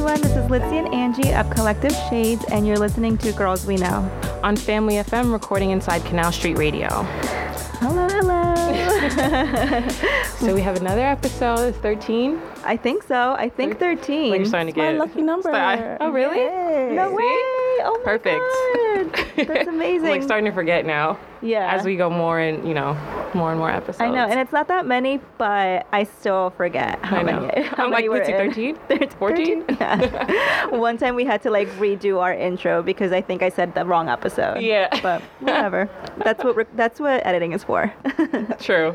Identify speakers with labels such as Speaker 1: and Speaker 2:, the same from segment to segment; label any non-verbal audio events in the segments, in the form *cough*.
Speaker 1: Blitzy and Angie of Collective Shades, and you're listening to Girls We Know.
Speaker 2: on Family FM recording inside Canal Street Radio.
Speaker 1: Hello, hello.
Speaker 2: *laughs* So we have another episode, it's 13.
Speaker 1: I think so. I think 13.
Speaker 2: Like you're starting to
Speaker 3: my
Speaker 2: get
Speaker 3: lucky number.
Speaker 2: Start- oh, really?
Speaker 3: Yay.
Speaker 1: no
Speaker 2: See?
Speaker 1: way. Oh my
Speaker 2: *laughs* Perfect.
Speaker 1: God. That's amazing.
Speaker 2: I'm like starting to forget now
Speaker 1: yeah.
Speaker 2: as we go more and, you know, more and more episodes.
Speaker 1: I know, and it's not that many, but I still forget how
Speaker 2: *laughs* I know.
Speaker 1: many. How
Speaker 2: I'm
Speaker 1: many
Speaker 2: like,
Speaker 1: we're
Speaker 2: what's it,
Speaker 1: in. *laughs*
Speaker 2: 13?
Speaker 3: *laughs*
Speaker 2: 14?
Speaker 1: Yeah. One time we had to like redo our intro because I think I said the wrong episode.
Speaker 2: Yeah.
Speaker 3: *laughs*
Speaker 1: But whatever. that's what rec- that's what editing is for.
Speaker 2: *laughs*
Speaker 1: *laughs*
Speaker 2: True.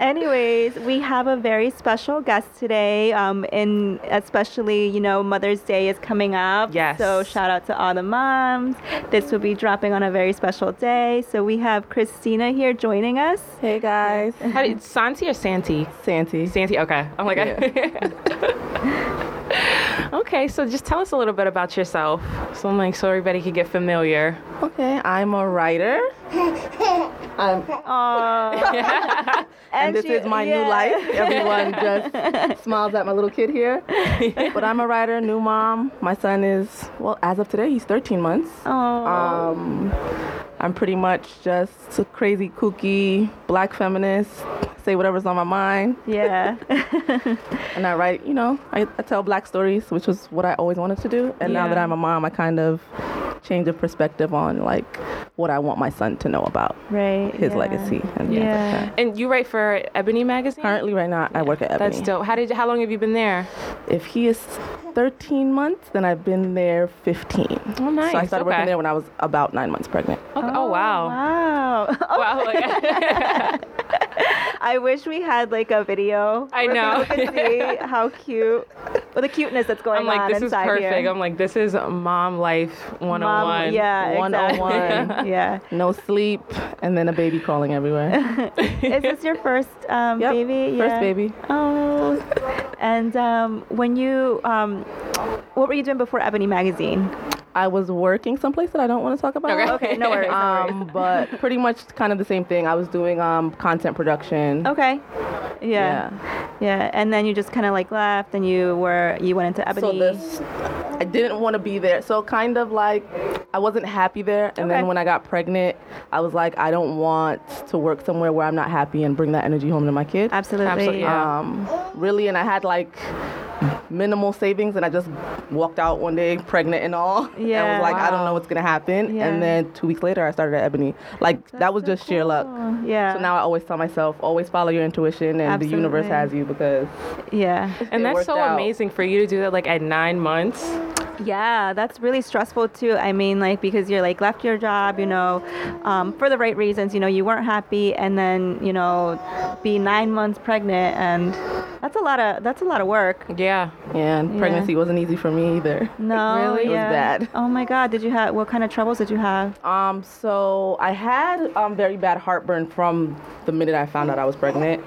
Speaker 1: Anyways, we have a very special guest today, um, and especially you know Mother's Day is coming up.
Speaker 2: Yes.
Speaker 1: So shout out to all the moms. This will be dropping on a very special day. So we have Christina here joining us.
Speaker 3: Hey guys.
Speaker 2: How do, Santi or Santi?
Speaker 3: Santi.
Speaker 2: Santi, okay. I'm like, *laughs* okay, so just tell us a little bit about yourself. So I'm like, so everybody can get familiar.
Speaker 3: Okay, I'm a writer. I'm,
Speaker 1: Aww.
Speaker 3: *laughs* and this
Speaker 1: she-
Speaker 3: is my
Speaker 1: yeah.
Speaker 3: new life. Everyone just smiles at my little kid here. but I'm a writer, new mom. My son is, well, as of today, he's 13 months.
Speaker 1: Aww.
Speaker 3: Um, I'm pretty much just a crazy, kooky, black feminist. Say whatever's on my mind. *laughs*
Speaker 1: yeah.
Speaker 3: And I write, you know, I, I tell black stories, which was what I always wanted to do. And now that
Speaker 2: Yeah.
Speaker 3: I'm a mom, I kind of change of perspective on like what I want my son to know about
Speaker 1: right.
Speaker 3: his
Speaker 1: yeah.
Speaker 3: legacy and things
Speaker 1: Yeah.
Speaker 3: like that.
Speaker 2: And you write for Ebony Magazine?
Speaker 3: Currently, right now, I work at Ebony.
Speaker 2: That's dope. How did? How long have you been there?
Speaker 3: If he is 13 months, then I've been there 15.
Speaker 2: Oh, nice.
Speaker 3: So I started
Speaker 2: Okay.
Speaker 3: working there when I was about nine months pregnant.
Speaker 2: Okay. Oh, wow.
Speaker 1: Wow. *laughs* Oh,
Speaker 2: Wow. *laughs*
Speaker 1: I wish we had like a
Speaker 2: *laughs*
Speaker 1: video.
Speaker 2: I
Speaker 1: where
Speaker 2: know.
Speaker 1: People could see how cute, well, the cuteness that's going
Speaker 2: Oh, I'm like,
Speaker 1: on
Speaker 2: this is
Speaker 1: inside
Speaker 2: perfect.
Speaker 1: here.
Speaker 2: I'm like, this is mom life 101.
Speaker 1: Mom, yeah,
Speaker 3: 101.
Speaker 1: exactly. yeah.
Speaker 3: No sleep, and then a baby
Speaker 2: *laughs*
Speaker 3: crawling everywhere.
Speaker 1: Is this your first um,
Speaker 3: Yep,
Speaker 1: baby?
Speaker 3: First
Speaker 1: Yeah.
Speaker 3: baby.
Speaker 1: Oh. And um, when you, um, what were you doing before Ebony Magazine?
Speaker 3: I was working someplace that I don't want to talk about.
Speaker 2: Okay.
Speaker 1: Okay, no worries. no
Speaker 3: Um, but
Speaker 1: *laughs*
Speaker 3: pretty much kind of the same thing. I was doing um, content production.
Speaker 1: worries. okay. Yeah. yeah. And then you just kind of like left, and you were you went into Ebony.
Speaker 3: So this, I didn't want to be there. So kind of like, I wasn't happy there. And
Speaker 1: Okay.
Speaker 3: then when I got pregnant, I was like, I don't want to work somewhere where I'm not happy and bring that energy home to my kid.
Speaker 1: Absolutely.
Speaker 2: Absolutely, yeah.
Speaker 3: Um, really, and I had like minimal savings, and I just walked out one day, pregnant and all. *laughs* and I
Speaker 1: Yeah.
Speaker 3: was like, I don't know what's gonna happen.
Speaker 1: Yeah.
Speaker 3: And then two weeks later, I started at Ebony. Like that was
Speaker 1: so
Speaker 3: just sheer luck.
Speaker 1: cool. Yeah.
Speaker 3: So now I always tell myself, always follow your intuition, and the universe
Speaker 1: Absolutely.
Speaker 3: has you because
Speaker 1: Yeah.
Speaker 2: and
Speaker 3: It
Speaker 2: that's
Speaker 3: worked
Speaker 2: so
Speaker 3: out.
Speaker 2: amazing for you to do that like at nine months.
Speaker 1: Yeah, that's really stressful too. I mean, like because you're like left your job, you know, um, for the right reasons. You know, you weren't happy, and then you know, be nine months pregnant, and that's a lot of that's a lot of work.
Speaker 2: Yeah.
Speaker 3: yeah, and
Speaker 1: Yeah.
Speaker 3: pregnancy wasn't easy for me either.
Speaker 1: *laughs* No,
Speaker 2: Really? It
Speaker 3: was
Speaker 1: yeah.
Speaker 3: bad.
Speaker 1: Oh my God, did you have what kind of troubles did you have?
Speaker 3: Um, so I had um, very bad heartburn from the minute I found out I was pregnant.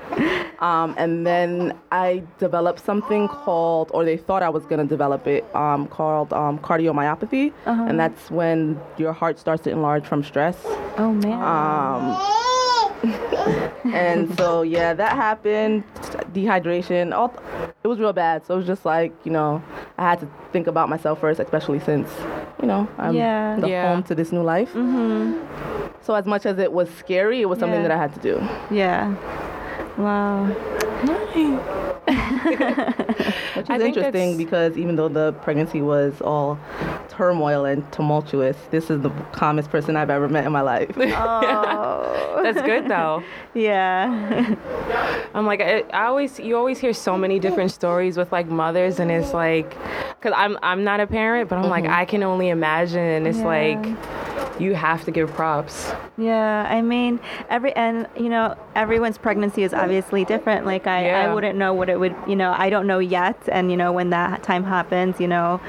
Speaker 3: Um, and then I developed something called, or they thought I was going to develop it, um, called um, cardiomyopathy.
Speaker 1: Uh-huh.
Speaker 3: And that's when your heart starts to enlarge from stress.
Speaker 1: Oh man.
Speaker 3: Um, *laughs* and so, yeah, that happened. Dehydration. All, it was real bad. So it was just like, you know, I had to think about myself first, especially since, you know, I'm
Speaker 1: Yeah.
Speaker 3: the
Speaker 2: Yeah.
Speaker 3: home to this new life. So as much as it was scary, it was something
Speaker 1: Yeah.
Speaker 3: that I had to do.
Speaker 1: yeah. Wow.
Speaker 3: Which
Speaker 2: I
Speaker 3: is
Speaker 2: think
Speaker 3: interesting
Speaker 2: that's-
Speaker 3: because even though the pregnancy was all turmoil and tumultuous, this is the calmest person I've ever met in my life.
Speaker 1: Oh. *laughs*
Speaker 2: That's good though.
Speaker 1: yeah.
Speaker 2: I'm like, I, I always, you always hear so many different stories with like mothers, and it's like, cause I'm, I'm not a parent, but I'm like, I can only imagine, and it's
Speaker 1: Mm-hmm. Yeah.
Speaker 2: like, you have to give props.
Speaker 1: Yeah, I mean, every and you know, everyone's pregnancy is obviously different. Like I,
Speaker 2: Yeah.
Speaker 1: I wouldn't know what it would, you know, I don't know yet, and you know, when that time happens, you know,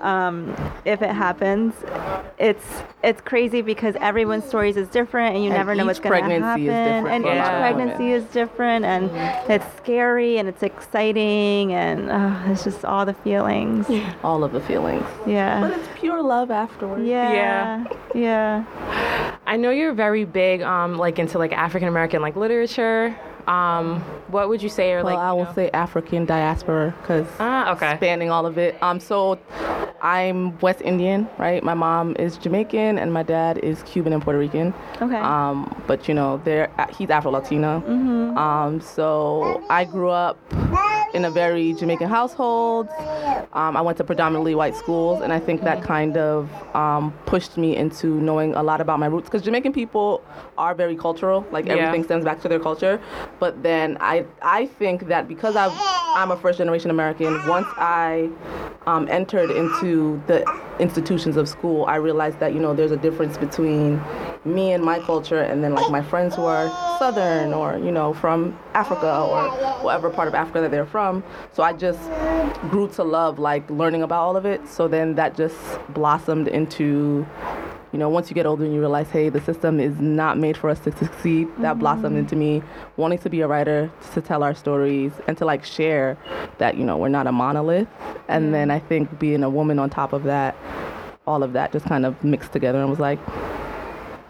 Speaker 1: um, if it happens, it's it's crazy because everyone's stories is different, and you
Speaker 3: And
Speaker 1: never know what's
Speaker 3: each
Speaker 1: going to happen,
Speaker 3: pregnancy is different
Speaker 1: and
Speaker 3: for
Speaker 2: a
Speaker 1: each
Speaker 2: lot of
Speaker 1: pregnancy is different, and
Speaker 3: Mm-hmm.
Speaker 1: it's scary and it's exciting, and oh, it's just all the feelings.
Speaker 3: all of the feelings. But
Speaker 1: Yeah.
Speaker 3: it's pure love afterwards.
Speaker 1: Yeah. Yeah.
Speaker 2: I know you're very big, um, like into like African American like literature. Um, what would you say are
Speaker 3: Well,
Speaker 2: like?
Speaker 3: I
Speaker 2: you
Speaker 3: will
Speaker 2: know-
Speaker 3: say African diaspora because
Speaker 2: Ah, okay.
Speaker 3: spanning all of it. Um, so I'm West Indian, right? My mom is Jamaican and my dad is Cuban and Puerto Rican.
Speaker 1: Okay.
Speaker 3: Um, but you know, they're uh, he's Afro Latino.
Speaker 2: Mm-hmm.
Speaker 3: Um, so I grew up in a very Jamaican household. Um, I went to predominantly white schools, and I think that
Speaker 2: Mm-hmm.
Speaker 3: kind of um, pushed me into knowing a lot about my roots because Jamaican people are very cultural. Like
Speaker 2: Yeah.
Speaker 3: everything stems back to their culture. But then I I think that because I've, I'm a first generation American, once I um, entered into the institutions of school, I realized that you know there's a difference between me and my culture, and then like my friends who are Southern or you know from Africa or whatever part of Africa that they're from. So I just grew to love like learning about all of it. So then that just blossomed into you know, once you get older and you realize, hey, the system is not made for us to succeed, that blossomed into me wanting to be a writer, to tell our stories, and to like share that, you know, we're not a monolith. And then I think being a woman on top of that, all of that just kind of mixed together and was like,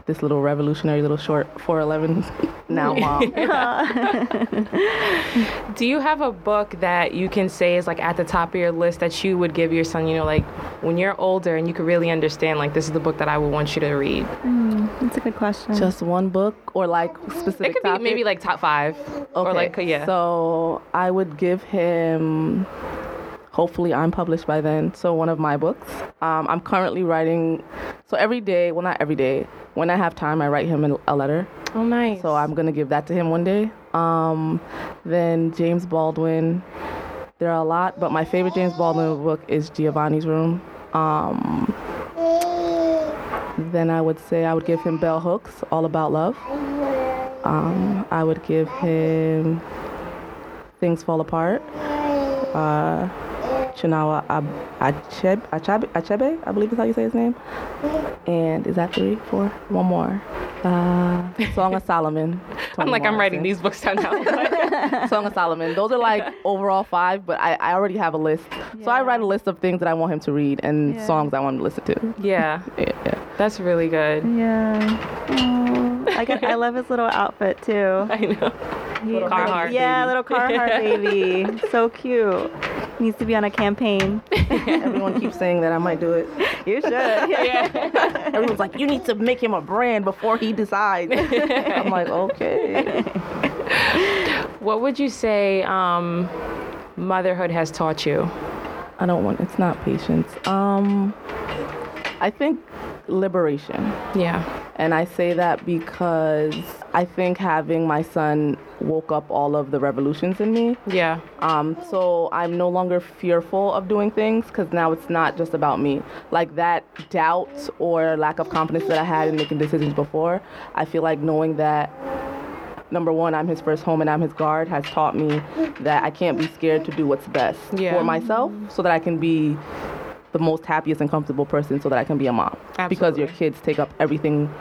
Speaker 3: this little revolutionary little short 411 *laughs* now
Speaker 2: *laughs*
Speaker 3: mom.
Speaker 2: Do you have a book that you can say is like at the top of your list that you would give your son? You know, like when you're older and you could really understand, like this is the book that I would want you to read.
Speaker 1: That's a good question.
Speaker 3: just one book or like specific
Speaker 2: It could
Speaker 3: topic?
Speaker 2: be maybe like top five or like yeah.
Speaker 3: So I would give him. Hopefully, I'm published by then. So one of my books. Um, I'm currently writing. So every day, well, not every day. When I have time, I write him a- a letter.
Speaker 2: oh, nice.
Speaker 3: So I'm gonna give that to him one day. Um, then James Baldwin. There are a lot, but my favorite James Baldwin book is Giovanni's Room. Um, then I would say I would give him Bell Hooks, All About Love. Um, I would give him Things Fall Apart. Uh, Chinawa Ab- Acheb- Achebe, Achebe, I believe is how you say his name. And is that three, four, one more? Uh, Song of Solomon.
Speaker 2: *laughs* I'm
Speaker 3: Toni
Speaker 2: like I'm writing
Speaker 3: Morrison.
Speaker 2: these books down now. *laughs*
Speaker 3: Song of Solomon. Those are like overall five, but I, I already have a list. So I
Speaker 1: Yeah.
Speaker 3: write a list of things that I want him to read and
Speaker 1: Yeah.
Speaker 3: songs I want him to listen to.
Speaker 2: yeah,
Speaker 3: Yeah, yeah.
Speaker 2: that's really good. *laughs*
Speaker 1: yeah. Oh, I, got- I love his little outfit too.
Speaker 2: I know.
Speaker 1: He-
Speaker 2: Little Carhartt
Speaker 1: Yeah,
Speaker 2: baby.
Speaker 1: little Carhartt baby. So cute. Needs to be on a campaign.
Speaker 2: *laughs*
Speaker 3: Everyone keeps saying that I might do it.
Speaker 1: You *laughs* should.
Speaker 2: Yeah.
Speaker 3: Everyone's like, you need to make him a brand before
Speaker 2: *laughs*
Speaker 3: he decides. I'm like, okay.
Speaker 2: what would you say um, motherhood has taught you?
Speaker 3: I don't want. It's not patience. Um, I think liberation.
Speaker 2: Yeah.
Speaker 3: And I say that because I think having my son woke up all of the revolutions in me.
Speaker 2: Yeah.
Speaker 3: Um, so I'm no longer fearful of doing things because now it's not just about me. Like that doubt or lack of confidence that I had in making decisions before, I feel like knowing that number one, I'm his first home and I'm his guard has taught me that I can't be scared to do what's best
Speaker 2: Yeah.
Speaker 3: for myself so that I can be the most happiest and comfortable person so that I can be a mom. Because your
Speaker 2: Absolutely.
Speaker 3: kids take up everything.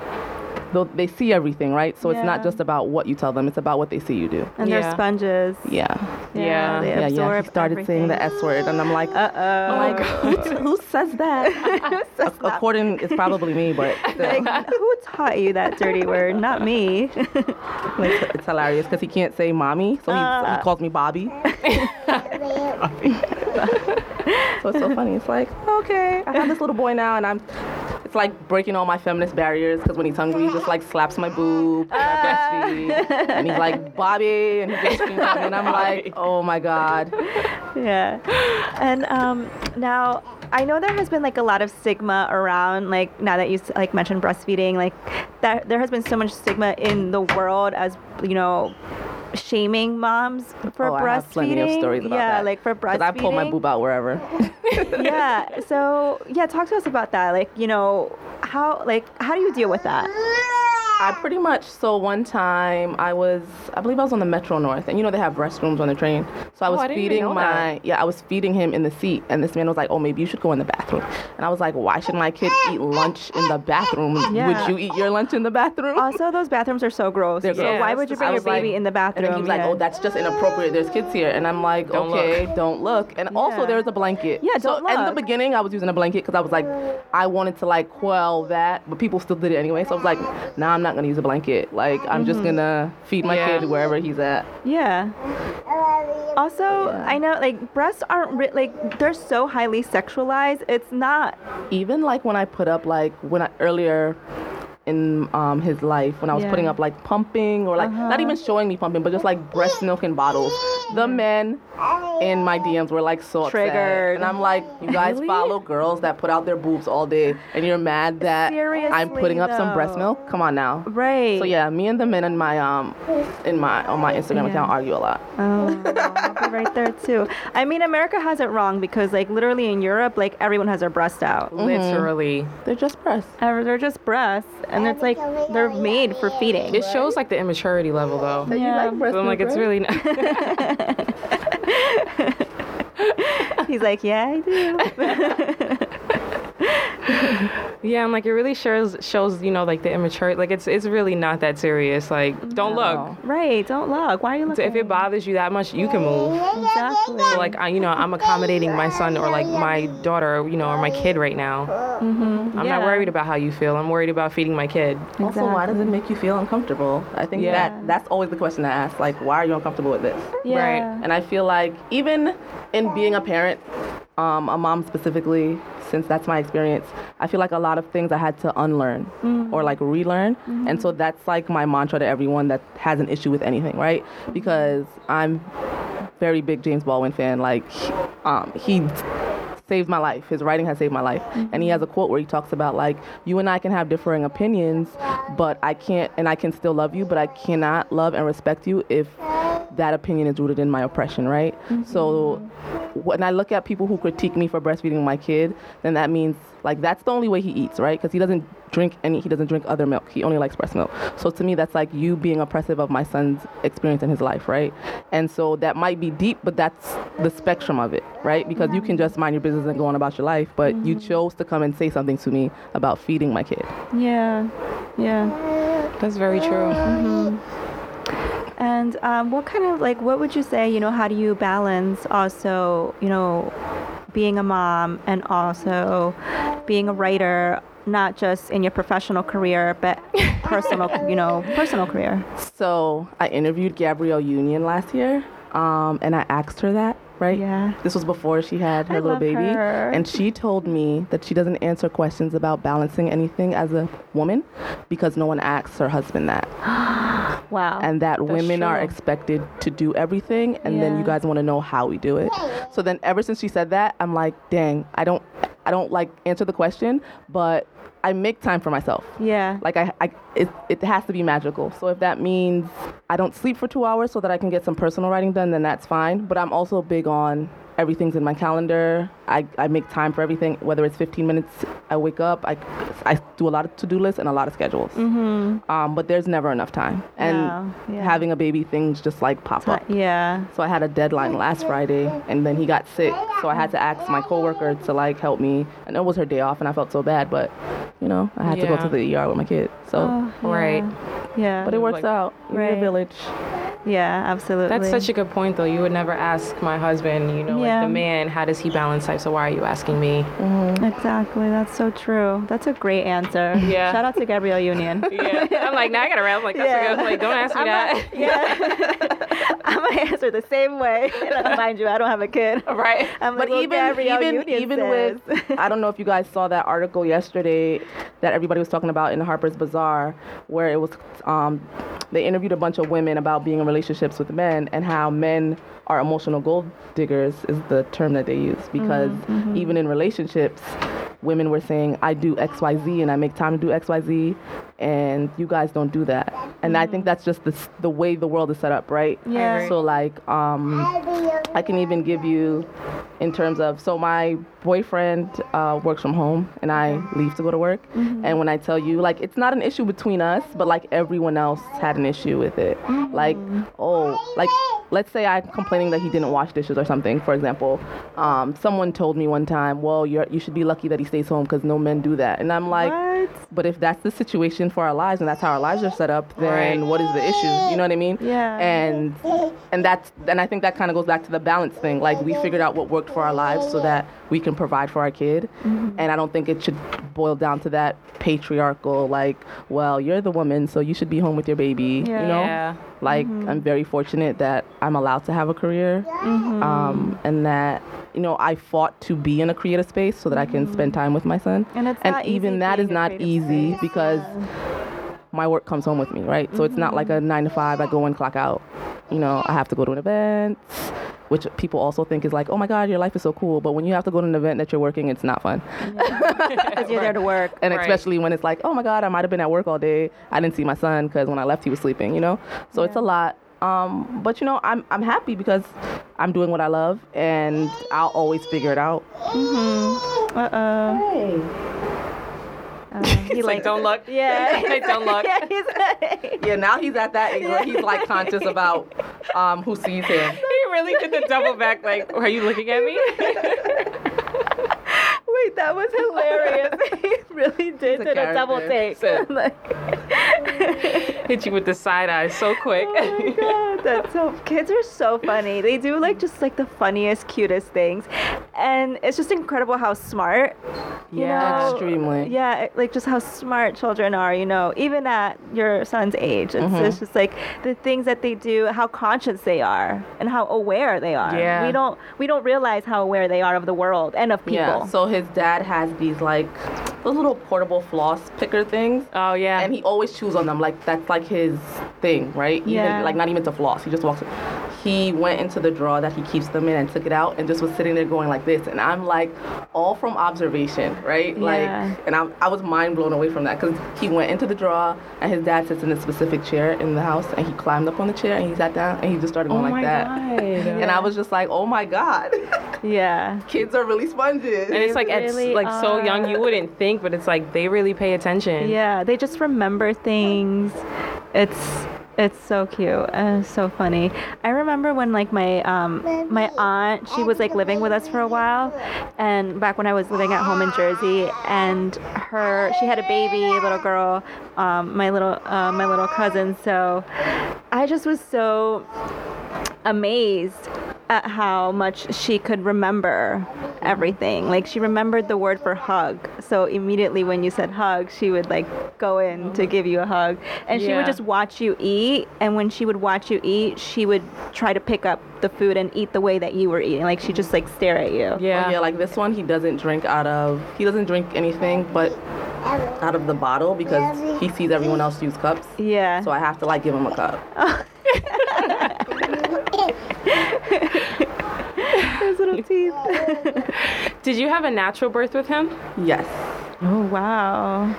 Speaker 3: though They see everything, right? So it's
Speaker 1: Yeah.
Speaker 3: not just about what you tell them, it's about what they see you do.
Speaker 1: And they're
Speaker 2: Yeah.
Speaker 1: sponges.
Speaker 3: Yeah.
Speaker 2: Yeah.
Speaker 1: They
Speaker 2: Yeah,
Speaker 3: Yeah,
Speaker 1: absorb
Speaker 3: yeah. He started saying the
Speaker 1: everything.
Speaker 3: S word, and I'm like, uh,
Speaker 1: Uh-oh.
Speaker 3: like, who, who says *laughs* that?
Speaker 1: That's not-
Speaker 3: According, it's probably
Speaker 1: *laughs*
Speaker 3: me, but still,
Speaker 1: like, who taught you that dirty word? Not me.
Speaker 3: it's, it's hilarious because he can't say mommy, so he,
Speaker 1: Uh.
Speaker 3: he calls
Speaker 1: *laughs*
Speaker 3: me Bobby. so it's so funny. It's like, okay, I have this little boy now, and I'm. It's like breaking all my feminist barriers because when he's hungry, he just like slaps my boob, and, I
Speaker 2: *laughs*
Speaker 3: breastfeed, and he's like Bobby, and he just screams at me, and I'm like, oh my god.
Speaker 1: yeah. And um, now I know there has been like a lot of stigma around like now that you s- like mentioned breastfeeding, like that there has been so much stigma in the world as you know shaming moms for
Speaker 3: oh,
Speaker 1: breastfeeding.
Speaker 3: I have plenty of stories about
Speaker 1: yeah,
Speaker 3: that.
Speaker 1: like for breastfeeding.
Speaker 3: Because I pull my boob out wherever.
Speaker 1: yeah. So yeah, talk to us about that. Like you know how like how do you deal with that?
Speaker 3: I pretty much so one time I was I believe I was on the Metro North and you know they have restrooms on the train. So I was
Speaker 2: Oh, I didn't even
Speaker 3: feeding
Speaker 2: know
Speaker 3: my yeah, I was feeding him in the seat and this man was like, "Oh, maybe you should go in the bathroom." And I was like, "Why should my kid eat lunch in the bathroom?
Speaker 1: Yeah.
Speaker 3: Would you eat your lunch in the bathroom?"
Speaker 1: Also, those bathrooms are so gross.
Speaker 3: They're
Speaker 1: so
Speaker 3: gross.
Speaker 1: why
Speaker 2: Yeah,
Speaker 1: would
Speaker 2: that's
Speaker 1: you
Speaker 2: just-
Speaker 1: bring
Speaker 2: I
Speaker 1: your
Speaker 2: was like-
Speaker 1: baby in the bathroom?
Speaker 3: And then he was like,
Speaker 1: Yeah.
Speaker 3: "Oh, that's just inappropriate. There's kids here." And I'm like,
Speaker 2: Don't look.
Speaker 3: "Okay, don't look." And
Speaker 1: Yeah.
Speaker 3: also, there's a blanket.
Speaker 1: Yeah,
Speaker 3: so
Speaker 1: don't
Speaker 3: In the
Speaker 1: look.
Speaker 3: beginning, I was using a blanket because I was like, I wanted to like quell that, but people still did it anyway. So I was like, "Nah, I'm I'm not gonna use a blanket. Like I'm just
Speaker 1: Mm-hmm.
Speaker 3: gonna feed my
Speaker 2: Yeah.
Speaker 3: kid wherever he's at.
Speaker 1: Yeah. Also, I know like breasts aren't re- like they're so highly sexualized. It's not.
Speaker 3: even like when I put up like when I earlier in um, his life when I was
Speaker 1: Yeah. Uh-huh.
Speaker 3: putting up like pumping or like not even showing me pumping, but just like breast milk in bottles. The men in my DMs were like so upset.
Speaker 1: Triggered.
Speaker 3: and I'm like, you guys
Speaker 1: Really?
Speaker 3: follow girls that put out their boobs all day, and you're mad that I'm putting up some breast
Speaker 1: Seriously,
Speaker 3: milk. Come on now.
Speaker 1: Right.
Speaker 3: So yeah, me and the men in my um in my on my Instagram
Speaker 1: Yeah.
Speaker 3: account argue a lot.
Speaker 1: Oh, I'll be right there too. I mean, America has it wrong because like literally in Europe, like everyone has their breast out.
Speaker 2: Mm-hmm. Literally.
Speaker 3: They're just breasts.
Speaker 1: Ever- They're just breasts, and it's like they're made for feeding.
Speaker 2: It shows like the immaturity level though.
Speaker 3: That you
Speaker 1: Yeah.
Speaker 3: like breast
Speaker 2: So I'm like,
Speaker 3: milk,
Speaker 2: it's
Speaker 3: right?
Speaker 2: really *laughs* not.
Speaker 1: He's like, yeah, I do. *laughs*
Speaker 2: Yeah, and like it really shows shows you know like the immature. Like it's it's really not that serious. Like don't look.
Speaker 1: right. Don't look. Why are you
Speaker 2: So
Speaker 1: looking?
Speaker 2: if it bothers you that much, you can move.
Speaker 1: exactly.
Speaker 2: So like I, you know, I'm accommodating my son or like my daughter, or, you know, or my kid right now. I'm
Speaker 1: Mm-hmm. Yeah.
Speaker 2: not worried about how you feel. I'm worried about feeding my kid.
Speaker 3: Also, why does it make you feel uncomfortable? I think
Speaker 2: Yeah.
Speaker 3: that that's always the question I ask. Like, why are you uncomfortable with this?
Speaker 1: yeah.
Speaker 3: And I feel like even in being a parent, um, a mom specifically, since that's my experience, I feel like a lot of things I had to unlearn or like relearn. And so that's like my mantra to everyone that has an issue with anything, right? Because I'm very big James Baldwin fan. Like, um, he saved my life. His writing has saved my life. And he has a quote where he talks about like, you and I can have differing opinions, but I can't, and I can still love you, but I cannot love and respect you if that opinion is rooted in my oppression, right? So when I look at people who critique me for breastfeeding my kid, then that means like that's the only way he eats, right? Because he doesn't drink any, he doesn't drink other milk. He only likes breast milk. So to me, that's like you being oppressive of my son's experience in his life, right? And so that might be deep, but that's the spectrum of it, right? Because you can just mind your business and go on about your life, but you chose to come and say something to me about feeding my kid.
Speaker 1: Yeah. Yeah.
Speaker 2: That's very true.
Speaker 1: And um, what kind of like what would you say? You know, how do you balance also? You know, being a mom and also being a writer, not just in your professional career, but personal. you know, personal career.
Speaker 3: So I interviewed Gabrielle Union last year, um, and I asked her that, right?
Speaker 1: Yeah.
Speaker 3: This was before she had her
Speaker 1: I
Speaker 3: little
Speaker 1: love
Speaker 3: baby,
Speaker 1: her.
Speaker 3: and she told me that she doesn't answer questions about balancing anything as a woman because no one asks her husband that,
Speaker 1: Wow.
Speaker 3: and that women are
Speaker 2: true.
Speaker 3: expected to do everything, and then you
Speaker 1: Yeah.
Speaker 3: guys want to know how we do it. So then, ever since she said that, I'm like, dang, I don't, I don't like answer the question, but I make time for myself.
Speaker 1: yeah.
Speaker 3: Like I, I it, it has to be magical. So if that means I don't sleep for two hours so that I can get some personal writing done, then that's fine. But I'm also big on everything's in my calendar. I, I make time for everything, whether it's 15 minutes. I wake up. I, I do a lot of to-do lists and a lot of schedules. Um, but there's never enough time. And
Speaker 1: No, Mm-hmm. yeah.
Speaker 3: having a baby, things just like pop up.
Speaker 1: Uh, yeah.
Speaker 3: So I had a deadline last Friday, and then he got sick. So I had to ask my coworker to like help me, and it was her day off, and I felt so bad, but you know I had to go
Speaker 2: Yeah.
Speaker 3: to the ER with my kid. So,
Speaker 1: yeah.
Speaker 2: Right.
Speaker 1: Oh, Yeah.
Speaker 3: but it works
Speaker 2: Like-
Speaker 3: out. We need
Speaker 1: Right.
Speaker 3: a village.
Speaker 1: yeah. Absolutely.
Speaker 2: That's such a good point though. You would never ask my husband, you know,
Speaker 1: Yeah.
Speaker 2: like the man, how does he balance life? So why are you asking me?
Speaker 1: Exactly. That's so true. That's a great answer.
Speaker 2: Yeah.
Speaker 1: Shout out to Gabrielle
Speaker 2: *laughs*
Speaker 1: Union.
Speaker 2: Yeah. I'm like, now I gotta rap. I'm like, that's
Speaker 1: Yeah.
Speaker 2: a good. Like, don't ask me that.
Speaker 1: *laughs* yeah. I'm gonna answer the same way. *laughs* Mind you, I don't have a kid.
Speaker 2: *laughs* right.
Speaker 1: I'm like,
Speaker 3: But
Speaker 1: well,
Speaker 3: even
Speaker 1: Gabrielle
Speaker 3: even
Speaker 1: Union
Speaker 3: even
Speaker 1: says.
Speaker 3: with
Speaker 1: *laughs*
Speaker 3: I don't know if you guys saw that article yesterday that everybody was talking about in Harper's Bazaar, where it was um, they interviewed a bunch of women about being in relationships with men and how men are emotional gold diggers is the term that they use
Speaker 1: Mm-hmm,
Speaker 3: because even in relationships. Women were saying, I do XYZ and I make time to do XYZ, and you guys don't do that. And I think that's just the, s- the way the world is set up, right?
Speaker 1: Mm-hmm. Yeah. agree.
Speaker 3: So, like, um, I can even give you in terms of so my boyfriend uh, works from home and I leave to go to work. And when I tell you, like, it's not an issue between us, but like everyone else had an issue with it. Like, oh, like, let's say I'm complaining that he didn't wash dishes or something, for example. Um, someone told me one time, well, you're, you should be lucky that he stays home because no men do that. And I'm like,
Speaker 1: What? What?
Speaker 3: But if that's the situation for our lives and that's how our lives are set up, then
Speaker 2: Right.
Speaker 3: what is the issue? You know what I mean?
Speaker 1: Yeah.
Speaker 3: And and that's and I think that kind of goes back to the balance thing. Like we figured out what worked for our lives so that we can provide for our kid.
Speaker 1: Mm-hmm.
Speaker 3: And I don't think it should boil down to that patriarchal like, well, you're the woman, so you should be home with your baby.
Speaker 1: Yeah. Mm-hmm.
Speaker 3: You
Speaker 1: *laughs*
Speaker 3: know?
Speaker 2: Yeah.
Speaker 3: Like I'm very fortunate that I'm allowed to have a career,
Speaker 1: Mm-hmm.
Speaker 3: um, and that you know I fought to be in a creative space so that I can
Speaker 1: Mm-hmm.
Speaker 3: spend time with my son.
Speaker 1: And it's not easy
Speaker 3: even that
Speaker 1: being
Speaker 3: is
Speaker 1: a
Speaker 3: not
Speaker 1: creative
Speaker 3: easy because my work comes home with me, right? So it's not like
Speaker 1: Mm-hmm.
Speaker 3: a nine to five. I go in, clock out. You know, I have to go to an event, which people also think is like, oh my God, your life is so cool. But when you have to go to an event that you're working, it's not fun.
Speaker 1: Because you're there to work. *laughs*
Speaker 3: And
Speaker 2: Right.
Speaker 3: especially when it's like, oh my God, I might have been at work all day. I didn't see my son because when I left, he was sleeping, you know? So it's a lot. Um, but you know, I'm, I'm happy because I'm doing what I love and I'll always figure it out.
Speaker 1: Uh oh. He
Speaker 2: It's like, don't look.
Speaker 1: *laughs* Yeah.
Speaker 2: Like, don't look.
Speaker 3: *laughs*
Speaker 1: yeah. He's *laughs* like,
Speaker 3: Yeah, now he's at that age where he's like conscious about um, who sees him.
Speaker 2: He really did the double back. Like, are you looking
Speaker 1: *laughs*
Speaker 2: at me?
Speaker 1: wait, that
Speaker 3: *laughs*
Speaker 1: was hilarious. *laughs* he really did
Speaker 3: a
Speaker 1: did a double
Speaker 3: character.
Speaker 1: take.
Speaker 2: So-
Speaker 1: *laughs* Like-
Speaker 2: Hit you with the side eye so
Speaker 1: *laughs*
Speaker 2: quick.
Speaker 1: Oh
Speaker 3: *laughs*
Speaker 1: my god, that's so kids are so funny. They do like just like the funniest, cutest things, and it's just incredible how smart. You
Speaker 2: Yeah.
Speaker 1: know,
Speaker 3: Extremely.
Speaker 1: Yeah, it- like just how smart children are. You know, even at your son's age, it's,
Speaker 3: Mm-hmm.
Speaker 1: it's just like the things that they do, how conscious they are, and how aware they are.
Speaker 2: Yeah.
Speaker 1: We don't we don't realize how aware they are of the world and of people.
Speaker 3: Yeah. So his dad has these like those little portable floss picker things.
Speaker 2: *laughs* Oh yeah.
Speaker 3: And he always chews on them. Like that's like his thing, right? Even,
Speaker 1: Yeah.
Speaker 3: Like not even to floss. He just walks. He went into the drawer that he keeps them in and took it out and just was sitting there going like this. And I'm like, all from observation, right?
Speaker 1: Yeah.
Speaker 3: Like, and I'm, I was mind blown away from that because he went into the drawer and his dad sits in a specific chair in the house and he climbed up on the chair and he sat down and he just started
Speaker 2: oh
Speaker 3: going like
Speaker 2: my
Speaker 3: that.
Speaker 2: god.
Speaker 3: And I was just like, oh my god, *laughs*
Speaker 1: yeah.
Speaker 3: kids are really sponges.
Speaker 2: And it's like at s-
Speaker 1: really
Speaker 2: like so
Speaker 1: are.
Speaker 2: young you wouldn't think, but it's like they really pay attention.
Speaker 1: Yeah, they just remember things. It's it's so cute and so funny. I remember when like my um, my aunt, she was like living with us for a while, and back when I was living at home in Jersey, and her she had a baby, a little girl, um, my little uh, my little cousin. So I just was so amazed at how much she could remember everything. Like she remembered the word for hug. So immediately when you said hug, she would like go in to give you a hug. And she would
Speaker 2: Yeah.
Speaker 1: just watch you eat and when she would watch you eat, she would try to pick up the food and eat the way that you were eating. Like she just like stare at you.
Speaker 2: Yeah.
Speaker 3: Oh, yeah, like this one, he doesn't drink out of, he doesn't drink anything but out of the bottle because he sees everyone else use cups.
Speaker 1: Yeah.
Speaker 3: So I have to like give him a cup.
Speaker 1: Those little teeth.
Speaker 2: Did you have a natural birth with him?
Speaker 3: Yes.
Speaker 1: oh wow.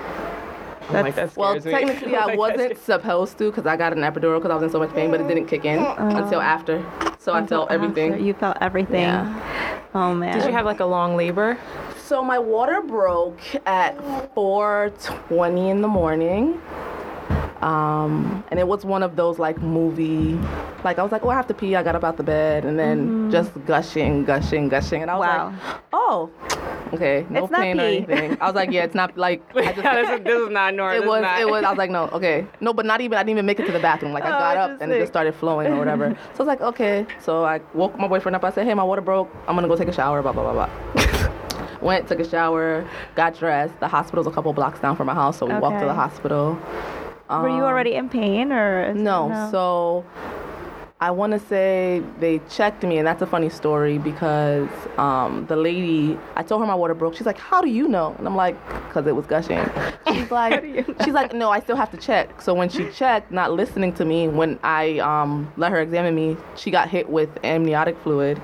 Speaker 2: I'm like, that
Speaker 3: Well,
Speaker 2: scares me.
Speaker 3: *laughs* technically,
Speaker 2: I'm
Speaker 3: I
Speaker 2: like,
Speaker 3: wasn't supposed to because I got an epidural because I was in so much pain, but it didn't kick in until after. So I felt
Speaker 1: After
Speaker 3: everything.
Speaker 1: You felt everything. Oh man.
Speaker 2: Did you have like a long labor?
Speaker 3: So my water broke at 4:20 in the morning. Um, and it was one of those like movie, like I was like, oh, I have to pee. I got up out the bed and then just gushing, gushing, gushing, and I was
Speaker 1: Mm-hmm. Wow.
Speaker 3: like, oh, okay, no
Speaker 1: It's not
Speaker 3: pain or
Speaker 1: pee.
Speaker 3: anything. I was like, yeah, it's
Speaker 1: *laughs*
Speaker 3: not like I
Speaker 2: *laughs*
Speaker 3: just,
Speaker 2: this, is, this is not normal.
Speaker 3: it was, it was. I was like, no, okay, no, but not even. I didn't even make it to the bathroom. Like I
Speaker 1: Oh,
Speaker 3: got up
Speaker 1: just
Speaker 3: and it
Speaker 1: like-
Speaker 3: just started flowing
Speaker 1: *laughs*
Speaker 3: or whatever. so I was like, okay. So I woke my boyfriend up. I said, hey, my water broke. I'm gonna go take a shower. Blah blah blah blah. *laughs* Went, took a shower, got dressed. The hospital's a couple blocks down from my house, so we walked to
Speaker 1: Okay.
Speaker 3: the hospital.
Speaker 1: Were you already in pain or
Speaker 3: No, so I want to say they checked me, and that's a funny story because um, the lady, I told her my water broke. She's like, "How do you know?" And I'm like, "Cause it was gushing." She's like, "She's like, no, I still have to check." So when she checked, not listening to me, when I um, let her examine me, she got hit with amniotic fluid.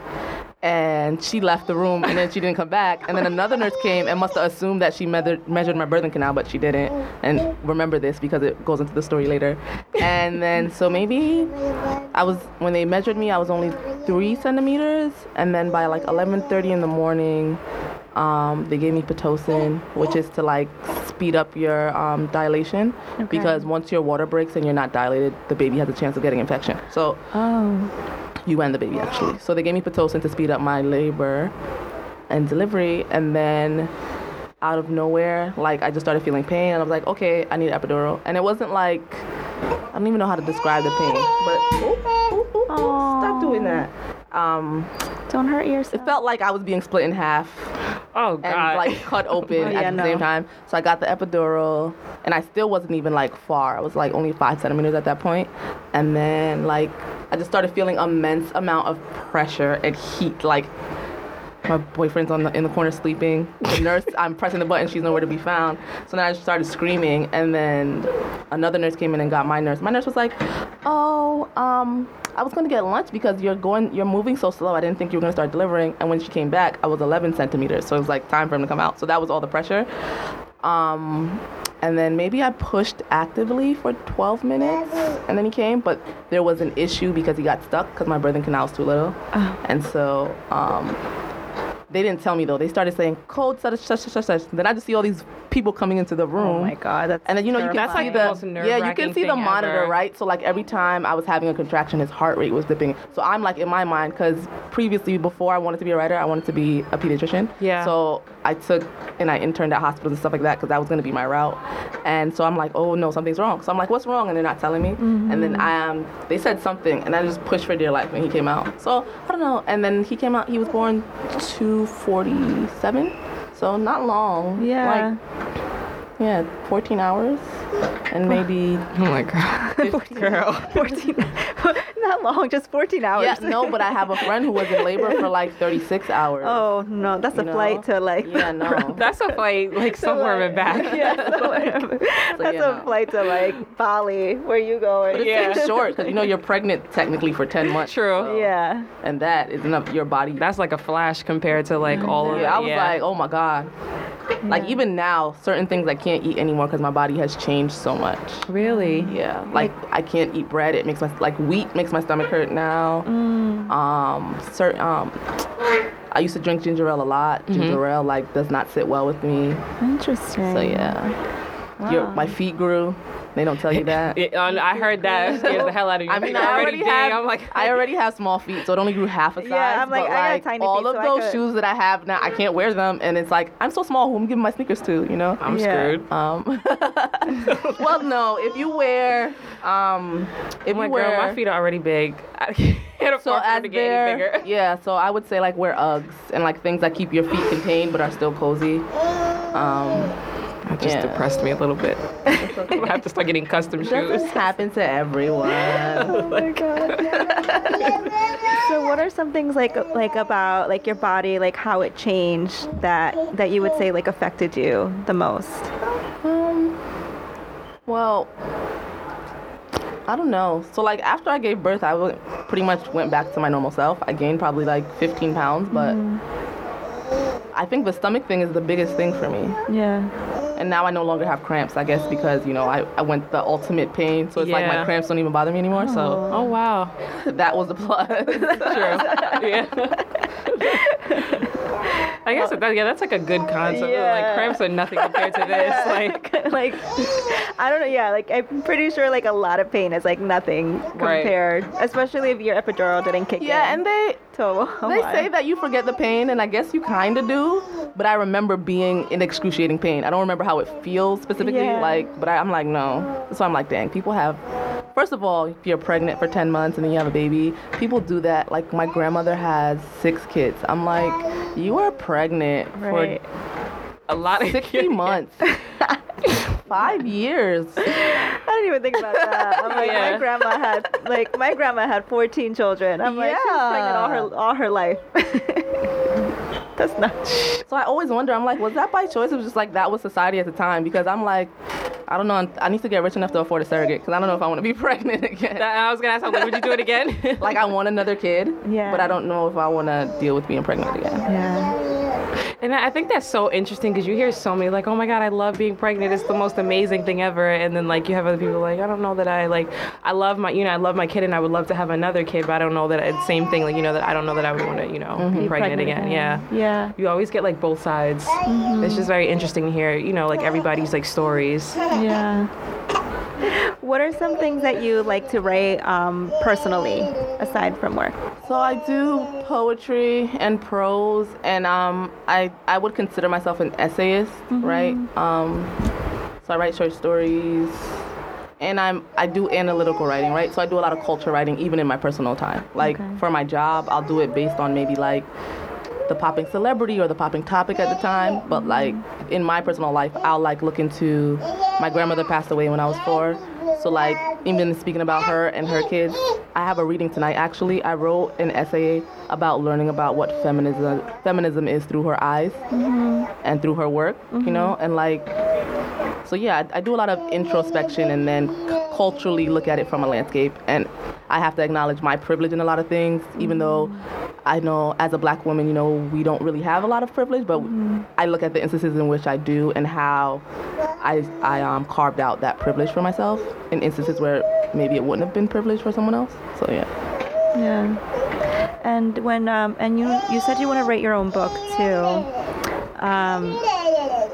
Speaker 3: And she left the room, and then she didn't come back. And then another nurse came and must have assumed that she measured, measured my birthing canal, but she didn't. And remember this because it goes into the story later. And then, so maybe I was when they measured me, I was only three centimeters, and then by like 11:30 in the morning, um, they gave me pitocin, which is to like speed up your um, dilation, because once your water breaks and you're not dilated, the baby has a chance of getting infection. So
Speaker 1: Oh.
Speaker 3: you and the baby actually. So they gave me pitocin to speed up my labor and delivery, and then out of nowhere, like I just started feeling pain, and I was like, okay, I need epidural. And it wasn't like I don't even know how to describe the pain, but ooh, ooh, ooh, ooh, stop doing that. Um,
Speaker 1: Don't hurt yourself.
Speaker 3: it felt like I was being split in half
Speaker 2: *laughs* Oh God.
Speaker 3: and
Speaker 2: *laughs*
Speaker 3: like
Speaker 1: *laughs*
Speaker 3: cut open
Speaker 1: Oh, yeah,
Speaker 3: at the
Speaker 1: no.
Speaker 3: same time. So I got the epidural, and I still wasn't even like far. I was like only five centimeters at that point, and then like I just started feeling immense amount of pressure and heat. Like my boyfriend's on the in the corner sleeping. The nurse, I'm pressing the button, she's nowhere to be found. So then I just started screaming, and then another nurse came in and got my nurse. My nurse was like, "Oh, um." I was gonna get lunch because you're going, you're moving so slow. I didn't think you were gonna start delivering. And when she came back, I was 11 centimeters, so it was like time for him to come out. So that was all the pressure. Um, and then maybe I pushed actively for 12 minutes, and then he came. But there was an issue because he got stuck because my birthing canal was too little,
Speaker 1: Oh.
Speaker 3: and so um, they didn't tell me though. They started saying code such such such such. such. Then I just see all these people coming into the room.
Speaker 1: Oh my god, that's
Speaker 3: And then you know you can
Speaker 2: That's
Speaker 3: see
Speaker 2: like
Speaker 1: terrifying.
Speaker 2: the
Speaker 3: the,
Speaker 2: most
Speaker 3: yeah you can
Speaker 2: nerve-wracking
Speaker 3: see the
Speaker 2: thing
Speaker 3: monitor
Speaker 2: ever.
Speaker 3: right. So like every time I was having a contraction, his heart rate was dipping. So I'm like in my mind because previously before I wanted to be a writer, I wanted to be a pediatrician.
Speaker 2: Yeah.
Speaker 3: So I took and I interned at hospitals and stuff like that because that was gonna be my route. And so I'm like, oh no, something's wrong. So I'm like, what's wrong? And they're not telling me.
Speaker 2: Mm-hmm.
Speaker 3: And then I um they said something and I just pushed for dear life when he came out. So I don't know. And then he came out. He was born 247. So not long.
Speaker 1: yeah.
Speaker 3: Like, yeah, 14 hours and maybe.
Speaker 1: *laughs*
Speaker 2: oh my God. Girl.
Speaker 1: 14 not long just 14 hours
Speaker 3: Yeah, no, but I have a friend who was in labor for like 36 hours.
Speaker 1: *laughs* oh no that's a
Speaker 3: You know?
Speaker 1: flight to like
Speaker 3: Yeah, no.
Speaker 2: *laughs* That's a fight. Like somewhere in the back.
Speaker 1: *laughs* yeah,
Speaker 3: *laughs*
Speaker 1: so- that's
Speaker 3: yeah,
Speaker 1: a
Speaker 3: no.
Speaker 1: flight to like Bali, where you
Speaker 3: But
Speaker 1: going?
Speaker 3: it's
Speaker 2: *laughs* Yeah.
Speaker 3: yeah. short because you know you're pregnant technically for 10
Speaker 2: *laughs*
Speaker 3: months.
Speaker 2: True.
Speaker 3: so-
Speaker 1: Yeah,
Speaker 3: And that is enough. Your body.
Speaker 2: That's like a flash compared to like all of
Speaker 3: Mm-hmm. yeah, I
Speaker 2: it.
Speaker 3: was like, oh my God. Like even now, certain things I can't eat anymore because my body has changed so much.
Speaker 2: really?
Speaker 3: Yeah, like I can't eat bread. It makes my like wheat makes my stomach hurt now. Um, certain um, I used to drink ginger ale a lot. Ginger ale like does not sit well with me.
Speaker 1: interesting.
Speaker 3: So yeah, Your- my feet grew. They don't tell you that.
Speaker 2: Yeah, and I heard
Speaker 3: *laughs*
Speaker 2: that it scares the hell out of you.
Speaker 3: I mean,
Speaker 2: You're
Speaker 3: I already
Speaker 2: big.
Speaker 3: have.
Speaker 2: I'm like,
Speaker 3: I already have small feet, so it only grew half a size.
Speaker 1: Yeah, I'm like,
Speaker 3: but,
Speaker 1: I got
Speaker 3: like,
Speaker 1: tiny
Speaker 3: all
Speaker 1: feet,
Speaker 3: of
Speaker 1: so I
Speaker 3: those
Speaker 1: could-
Speaker 3: shoes that I have now, I can't wear them, and it's like I'm so small. Who am I giving my sneakers to? You know.
Speaker 2: I'm
Speaker 1: Yeah.
Speaker 2: screwed.
Speaker 3: Um, well, no. If you wear, um, if
Speaker 2: I'm like,
Speaker 3: you wear,
Speaker 2: girl, my feet are already big. *laughs* I can't afford
Speaker 3: so
Speaker 2: for them
Speaker 3: as
Speaker 2: to get any bigger.
Speaker 3: they're *laughs* yeah. So I would say like wear UGGs and like things that keep your feet contained but are still cozy. Um,
Speaker 2: That just
Speaker 3: just Yeah.
Speaker 2: depressed
Speaker 3: depressed
Speaker 2: me a little bit. I'm gonna have to start getting custom shoes.
Speaker 3: doesn't happen to
Speaker 2: *laughs*
Speaker 3: everyone.
Speaker 1: Oh my god. so what are some things like like about like your body, like how it changed that that you would say like affected you the most?
Speaker 3: Um, well, I don't know. So like after I gave birth, I went, pretty much went back to my normal self. I gained probably like 15 pounds, but
Speaker 2: Mm-hmm.
Speaker 3: I think the stomach thing is the biggest thing for me.
Speaker 1: Yeah.
Speaker 3: And now I no longer have cramps, I guess, because you know I, I went the ultimate pain. So it's like
Speaker 2: Yeah.
Speaker 3: my cramps don't even bother me anymore.
Speaker 2: Oh wow.
Speaker 3: So that was a plus.
Speaker 2: True. yeah. I guess that, yeah, that's like a good concept. Like
Speaker 1: Yeah.
Speaker 2: cramps are nothing compared to
Speaker 3: *laughs*
Speaker 2: this.
Speaker 1: *laughs*
Speaker 2: Like
Speaker 1: like I don't know, yeah, like I'm pretty sure like a lot of pain is like nothing
Speaker 2: Right.
Speaker 1: compared. Especially if your epidural didn't kick
Speaker 3: *laughs* yeah,
Speaker 1: in.
Speaker 3: and they
Speaker 1: to a
Speaker 3: They
Speaker 1: lot.
Speaker 3: say that you forget the pain, and I guess you kind of do. But I remember being in excruciating pain. I don't remember how it feels specifically,
Speaker 1: Yeah.
Speaker 3: like. But I, I'm like, no. So I'm like, dang. People have. First of all, if you're pregnant for 10 months and then you have a baby, people do that. Like my grandmother has six kids. I'm like, you are pregnant
Speaker 1: right.
Speaker 2: a lot of
Speaker 3: for *laughs* 60 months. Five years.
Speaker 1: I didn't even think about that. I'm like,
Speaker 2: *laughs* Yeah.
Speaker 1: my grandma had like my grandma had 14 children. I'm like, she was pregnant all her all her life. *laughs* That's not.
Speaker 3: So I always wonder, I'm like, was that by choice? It was just like that was society at the time because I'm like, I don't know, I need to get rich enough to afford a surrogate because I don't know if I want to be *laughs* pregnant again.
Speaker 2: *laughs* That- I was gonna ask, I'm like, would you do it again? *laughs*
Speaker 3: like I want another kid,
Speaker 1: Yeah.
Speaker 3: but I don't know if I want to deal with being pregnant again.
Speaker 1: Yeah.
Speaker 2: And I I think that's so interesting because you hear so many like, "Oh my God, I love being pregnant. It's the most amazing thing ever." And then like you have other people like, "I don't know that I like, I love my, you know, I love my kid and I would love to have another kid, but I don't know that it's same thing. Like you know that I don't know that I would want to, you know, be pregnant, again. Yeah.
Speaker 1: Yeah.
Speaker 2: You always get like both sides. It's just very interesting to hear, you know, like everybody's like stories.
Speaker 1: Yeah. what are some things that you like to write um, personally aside from work?
Speaker 3: So I do poetry and prose, and um, I I would consider myself an essayist, right? Um, so I write short stories, and I'm I do analytical writing, right? So I do a lot of culture writing, even in my personal time. Like
Speaker 1: Okay.
Speaker 3: for my job, I'll do it based on maybe like the popping celebrity or the popping topic at the time. But like in my personal life, I'll like look into my grandmother passed away when I was four. So like even speaking about her and her kids, I have a reading tonight. Actually, I wrote an essay about learning about what feminism feminism is through her eyes and through her work. You know, and like so yeah, I, I do a lot of introspection and then culturally look at it from a landscape. And I have to acknowledge my privilege in a lot of things, even though I know as a black woman, you know, we don't really have a lot of privilege. But I look at the instances in which I do and how I I um, carved out that privilege for myself in instances where maybe it wouldn't have been privilege for someone else. So yeah,
Speaker 1: Yeah. And when um, and you you said you want to write your own book too. Um,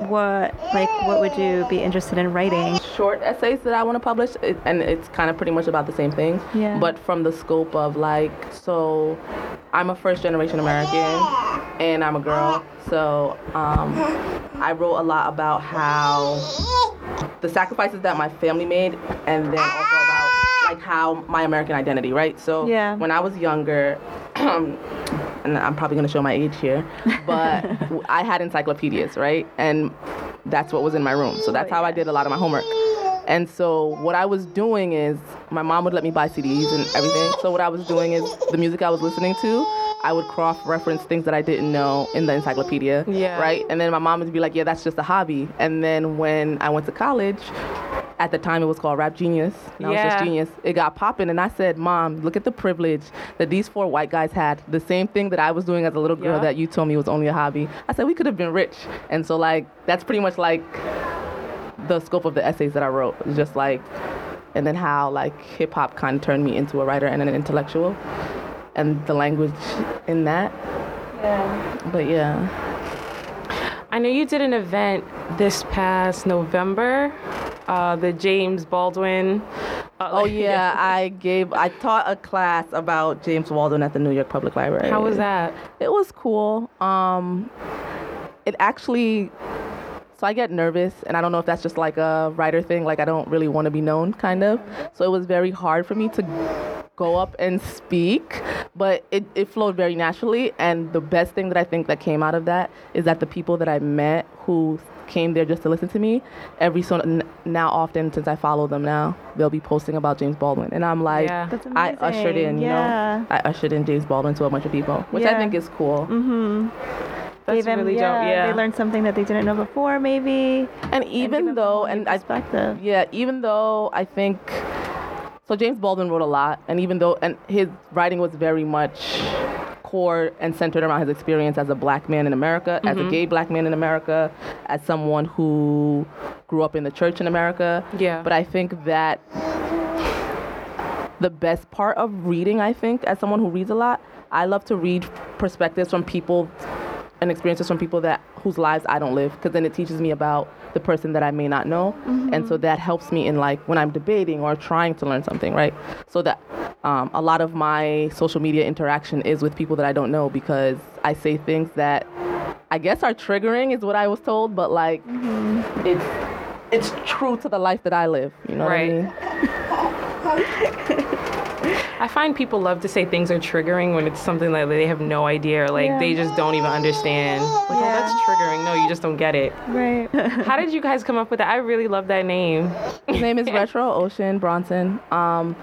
Speaker 1: what like what would you be interested in writing?
Speaker 3: short essays that I want to publish, it, and it's kind of pretty much about the same thing.
Speaker 1: Yeah.
Speaker 3: But from the scope of like so i'm a first generation american and i'm a girl so um, i wrote a lot about how the sacrifices that my family made and then also about like how my american identity right so
Speaker 1: Yeah.
Speaker 3: when i was younger *clears throat* and i'm probably going to show my age here
Speaker 1: *laughs*
Speaker 3: but i had encyclopedias right and that's what was in my room so
Speaker 1: Oh,
Speaker 3: that's how i did a lot of my homework and so what I was doing is my mom would let me buy CDs and everything. So what I was doing is the music I was listening to, I would cross reference things that I didn't know in the encyclopedia.
Speaker 2: Yeah.
Speaker 3: Right? And then my mom would be like, Yeah, that's just a hobby. And then when I went to college, at the time it was called Rap Genius. Now it's just
Speaker 2: Yeah.
Speaker 3: genius. It got popping and I said, Mom, look at the privilege that these four white guys had. The same thing that I was doing as a little girl
Speaker 2: Yeah.
Speaker 3: that you told me was only a hobby. I said we could have been rich. And so like that's pretty much like the scope of the essays that I wrote. It's just like, and then how like hip hop kind of turned me into a writer and an intellectual, and the language in that. Yeah. But
Speaker 2: *laughs*
Speaker 3: yeah.
Speaker 2: I know you did an event this past November, uh, the James Baldwin. Uh, *laughs*
Speaker 3: Oh yeah, I gave I taught a class about James Walden at the New York Public Library.
Speaker 2: How was that?
Speaker 3: It was cool. Um, it actually. So I get nervous, and I don't know if that's just like a writer thing. Like I don't really want to be known, kind of. So it was very hard for me to go up and speak, but it, it flowed very naturally. And the best thing that I think that came out of that is that the people that I met who came there just to listen to me, every so n- now often since I follow them now, they'll be posting about James Baldwin, and I'm like,
Speaker 2: Yeah.
Speaker 1: That's
Speaker 3: I ushered in,
Speaker 1: amazing.
Speaker 3: you
Speaker 1: Yeah.
Speaker 3: know, I ushered in James Baldwin to a bunch of people, which
Speaker 1: Yeah.
Speaker 3: I
Speaker 1: Mm-hmm.
Speaker 3: think is cool.
Speaker 2: That's
Speaker 1: Gave 'em-
Speaker 2: really dope. Yeah.
Speaker 1: They learned something that they didn't know before, maybe.
Speaker 3: And even
Speaker 1: give 'em
Speaker 3: though,
Speaker 1: a new
Speaker 3: and I,
Speaker 1: perspective.
Speaker 3: yeah, even though I think, so James Baldwin wrote a lot, and even though, and his writing was very much core and centered around his experience as a black man in America, as
Speaker 1: Mm-hmm.
Speaker 3: a gay black man in America, as someone who grew up in the church in America.
Speaker 2: Yeah.
Speaker 3: But I think that the best part of reading, I think, as someone who reads a lot, I love to read perspectives from people and experiences from people that whose lives I don't live, because then it teaches me about the person that I may not know, and so that helps me in like when I'm debating or trying to learn something, right? So that um, a lot of my social media interaction is with people that I don't know because I say things that I guess are triggering, is what I was told, but like it's it's true to the life that I live, you know
Speaker 2: Right.
Speaker 3: what I mean?
Speaker 2: I find people love to say things are triggering when it's something that they have no idea, or like
Speaker 1: Yeah.
Speaker 2: they just don't even understand. Like, oh,
Speaker 1: Yeah.
Speaker 2: that's triggering. No, you just don't get it.
Speaker 1: Right.
Speaker 2: How did you guys come up with that? I really love that name.
Speaker 3: His name is Retro Ocean Bronson. Um,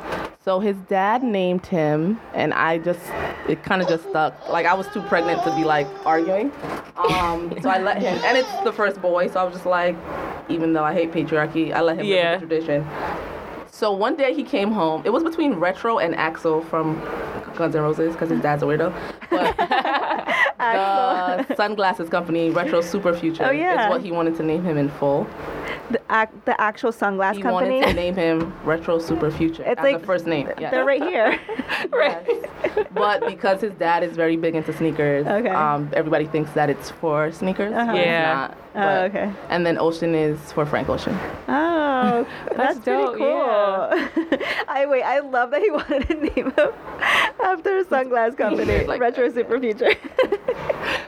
Speaker 3: so his dad named him, and I just, it kind of just stuck. Like I was too pregnant to be like arguing, um, so I let him. And it's the first boy, so I was just like, even though I hate patriarchy, I let him
Speaker 2: Yeah.
Speaker 3: live the tradition. So one day he came home. It was between Retro and Axel from Guns N' Roses, because his dad's a weirdo.
Speaker 1: *laughs*
Speaker 3: But the sunglasses company, Retro Super Future,
Speaker 1: Oh, yeah.
Speaker 3: is what he wanted to name him in full.
Speaker 1: *laughs* the, ac- the actual sunglass
Speaker 3: He
Speaker 1: company.
Speaker 3: wanted to name him Retro Super Future.
Speaker 1: It's
Speaker 3: as
Speaker 1: like
Speaker 3: the first name. Yes.
Speaker 1: They're right here.
Speaker 2: Right.
Speaker 3: *laughs* but because his dad is very big into sneakers,
Speaker 1: Okay.
Speaker 3: um, everybody thinks that it's for sneakers.
Speaker 1: Uh-huh.
Speaker 3: but it's
Speaker 2: Yeah.
Speaker 3: not.
Speaker 1: Oh,
Speaker 3: But-
Speaker 1: okay.
Speaker 3: And then Ocean is for Frank Ocean.
Speaker 1: *laughs* Oh, that's,
Speaker 2: dope,
Speaker 1: pretty cool. *laughs* I wait. I love that he *laughs* wanted to name him after a sunglass company,
Speaker 3: like
Speaker 1: Retro Super Future.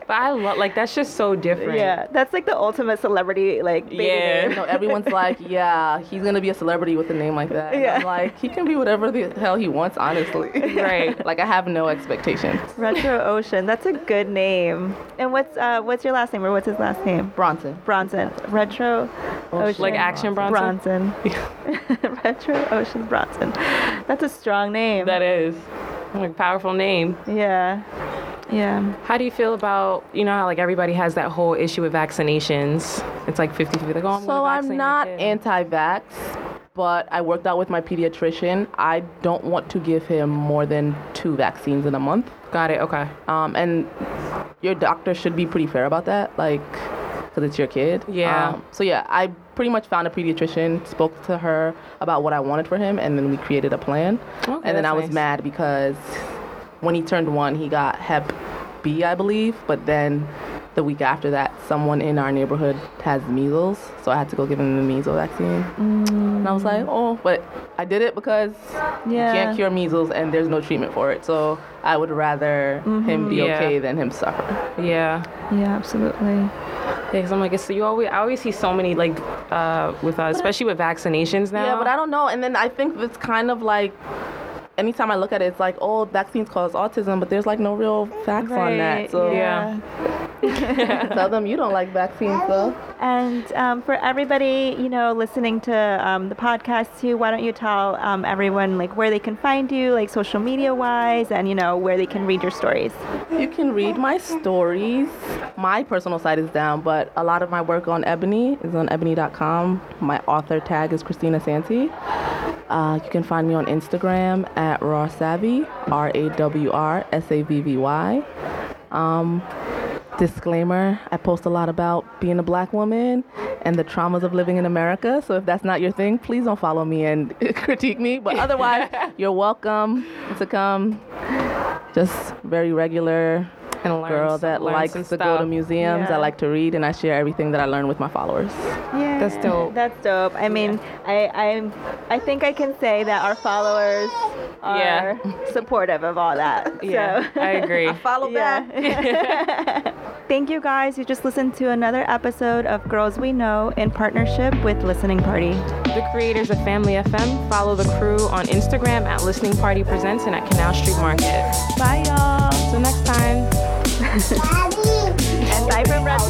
Speaker 2: But I love like that's just so different.
Speaker 1: yeah, that's like the ultimate celebrity like baby
Speaker 2: Yeah.
Speaker 1: name. *laughs*
Speaker 3: No, everyone's like, yeah, he's gonna be a celebrity with a name like that. And
Speaker 1: Yeah.
Speaker 3: I'm like, he can be whatever the hell he
Speaker 1: *laughs*
Speaker 3: wants, honestly.
Speaker 2: Right.
Speaker 3: like I have no expectations.
Speaker 1: Retro Ocean. That's a good name. And what's uh, what's your last name or what's his last name?
Speaker 3: Bronson.
Speaker 1: Bronson. Retro Ocean.
Speaker 2: Like Action Bronson.
Speaker 1: Bronson. *laughs* Retro Ocean Bronson. That's a strong name.
Speaker 2: That is a powerful name.
Speaker 1: yeah. Yeah.
Speaker 2: How do you feel about you know how like everybody has that whole issue with vaccinations? It's like 50-50. Like, oh, I'm
Speaker 3: So I'm not
Speaker 2: in.
Speaker 3: anti-vax, but I worked out with my pediatrician. I don't want to give him more than two vaccines in a month.
Speaker 2: Got it. Okay.
Speaker 3: Um, and your doctor should be pretty fair about that, like, because it's your kid.
Speaker 2: Yeah.
Speaker 3: Um, so yeah, I pretty much found a pediatrician, spoke to her about what I wanted for him, and then we created a plan.
Speaker 2: Okay,
Speaker 3: and then
Speaker 2: that's
Speaker 3: I was
Speaker 2: nice.
Speaker 3: mad because when he turned one, he got Hep B, I believe, but then the week after that, someone in our neighborhood has measles, so I had to go give him the measles vaccine. And I was like, oh, but I did it because
Speaker 1: Yeah.
Speaker 3: you can't cure measles and there's no treatment for it. So I would rather him be
Speaker 2: Yeah.
Speaker 3: okay than him suffer.
Speaker 2: Yeah.
Speaker 1: Yeah, absolutely.
Speaker 2: Yeah, cause I'm like, so you always, I always see so many like, uh, with uh, especially with vaccinations now.
Speaker 3: Yeah, but I don't know. And then I think it's kind of like anytime I look at it, it's like, oh, vaccines cause autism, but there's like no real facts on that.
Speaker 1: Right,
Speaker 3: So
Speaker 2: Yeah.
Speaker 3: tell them you don't like vaccines, though.
Speaker 1: And um, for everybody, you know, listening to um, the podcast too, why don't you tell um, everyone like where they can find you, like social media wise, and you know where they can read your stories.
Speaker 3: You can read my stories. My personal site is down, but a lot of my work on Ebony is on ebony.com. My author tag is Christina Santi. Uh, you can find me on Instagram at Raw Savvy, R A W R S A V V Y. Um, disclaimer I post a lot about being a black woman and the traumas of living in America. So if that's not your thing, please don't follow me and *laughs* critique me.
Speaker 2: *laughs*
Speaker 3: But otherwise, you're welcome to come. Just very regular
Speaker 2: And learn
Speaker 3: girl
Speaker 2: some-
Speaker 3: that
Speaker 2: learn
Speaker 3: likes
Speaker 2: some
Speaker 3: to go to
Speaker 2: stuff.
Speaker 3: museums.
Speaker 1: Yeah.
Speaker 3: I like to read and I share everything that I learn with my followers.
Speaker 1: Yeah,
Speaker 2: That's dope.
Speaker 1: That's dope. I mean, I I I think I can say that our followers are
Speaker 2: Yeah.
Speaker 1: supportive of all that.
Speaker 2: Yeah,
Speaker 1: so.
Speaker 2: I
Speaker 3: *laughs*
Speaker 2: agree.
Speaker 3: Follow
Speaker 1: Yeah. Thank you guys. You just listened to another episode of Girls We Know in partnership with Listening Party.
Speaker 2: the creators of Family FM. Follow the crew on Instagram at Listening Party Presents and at Canal Street Market.
Speaker 1: Bye y'all.
Speaker 2: Till next time.
Speaker 4: Daddy.
Speaker 1: And bye from Red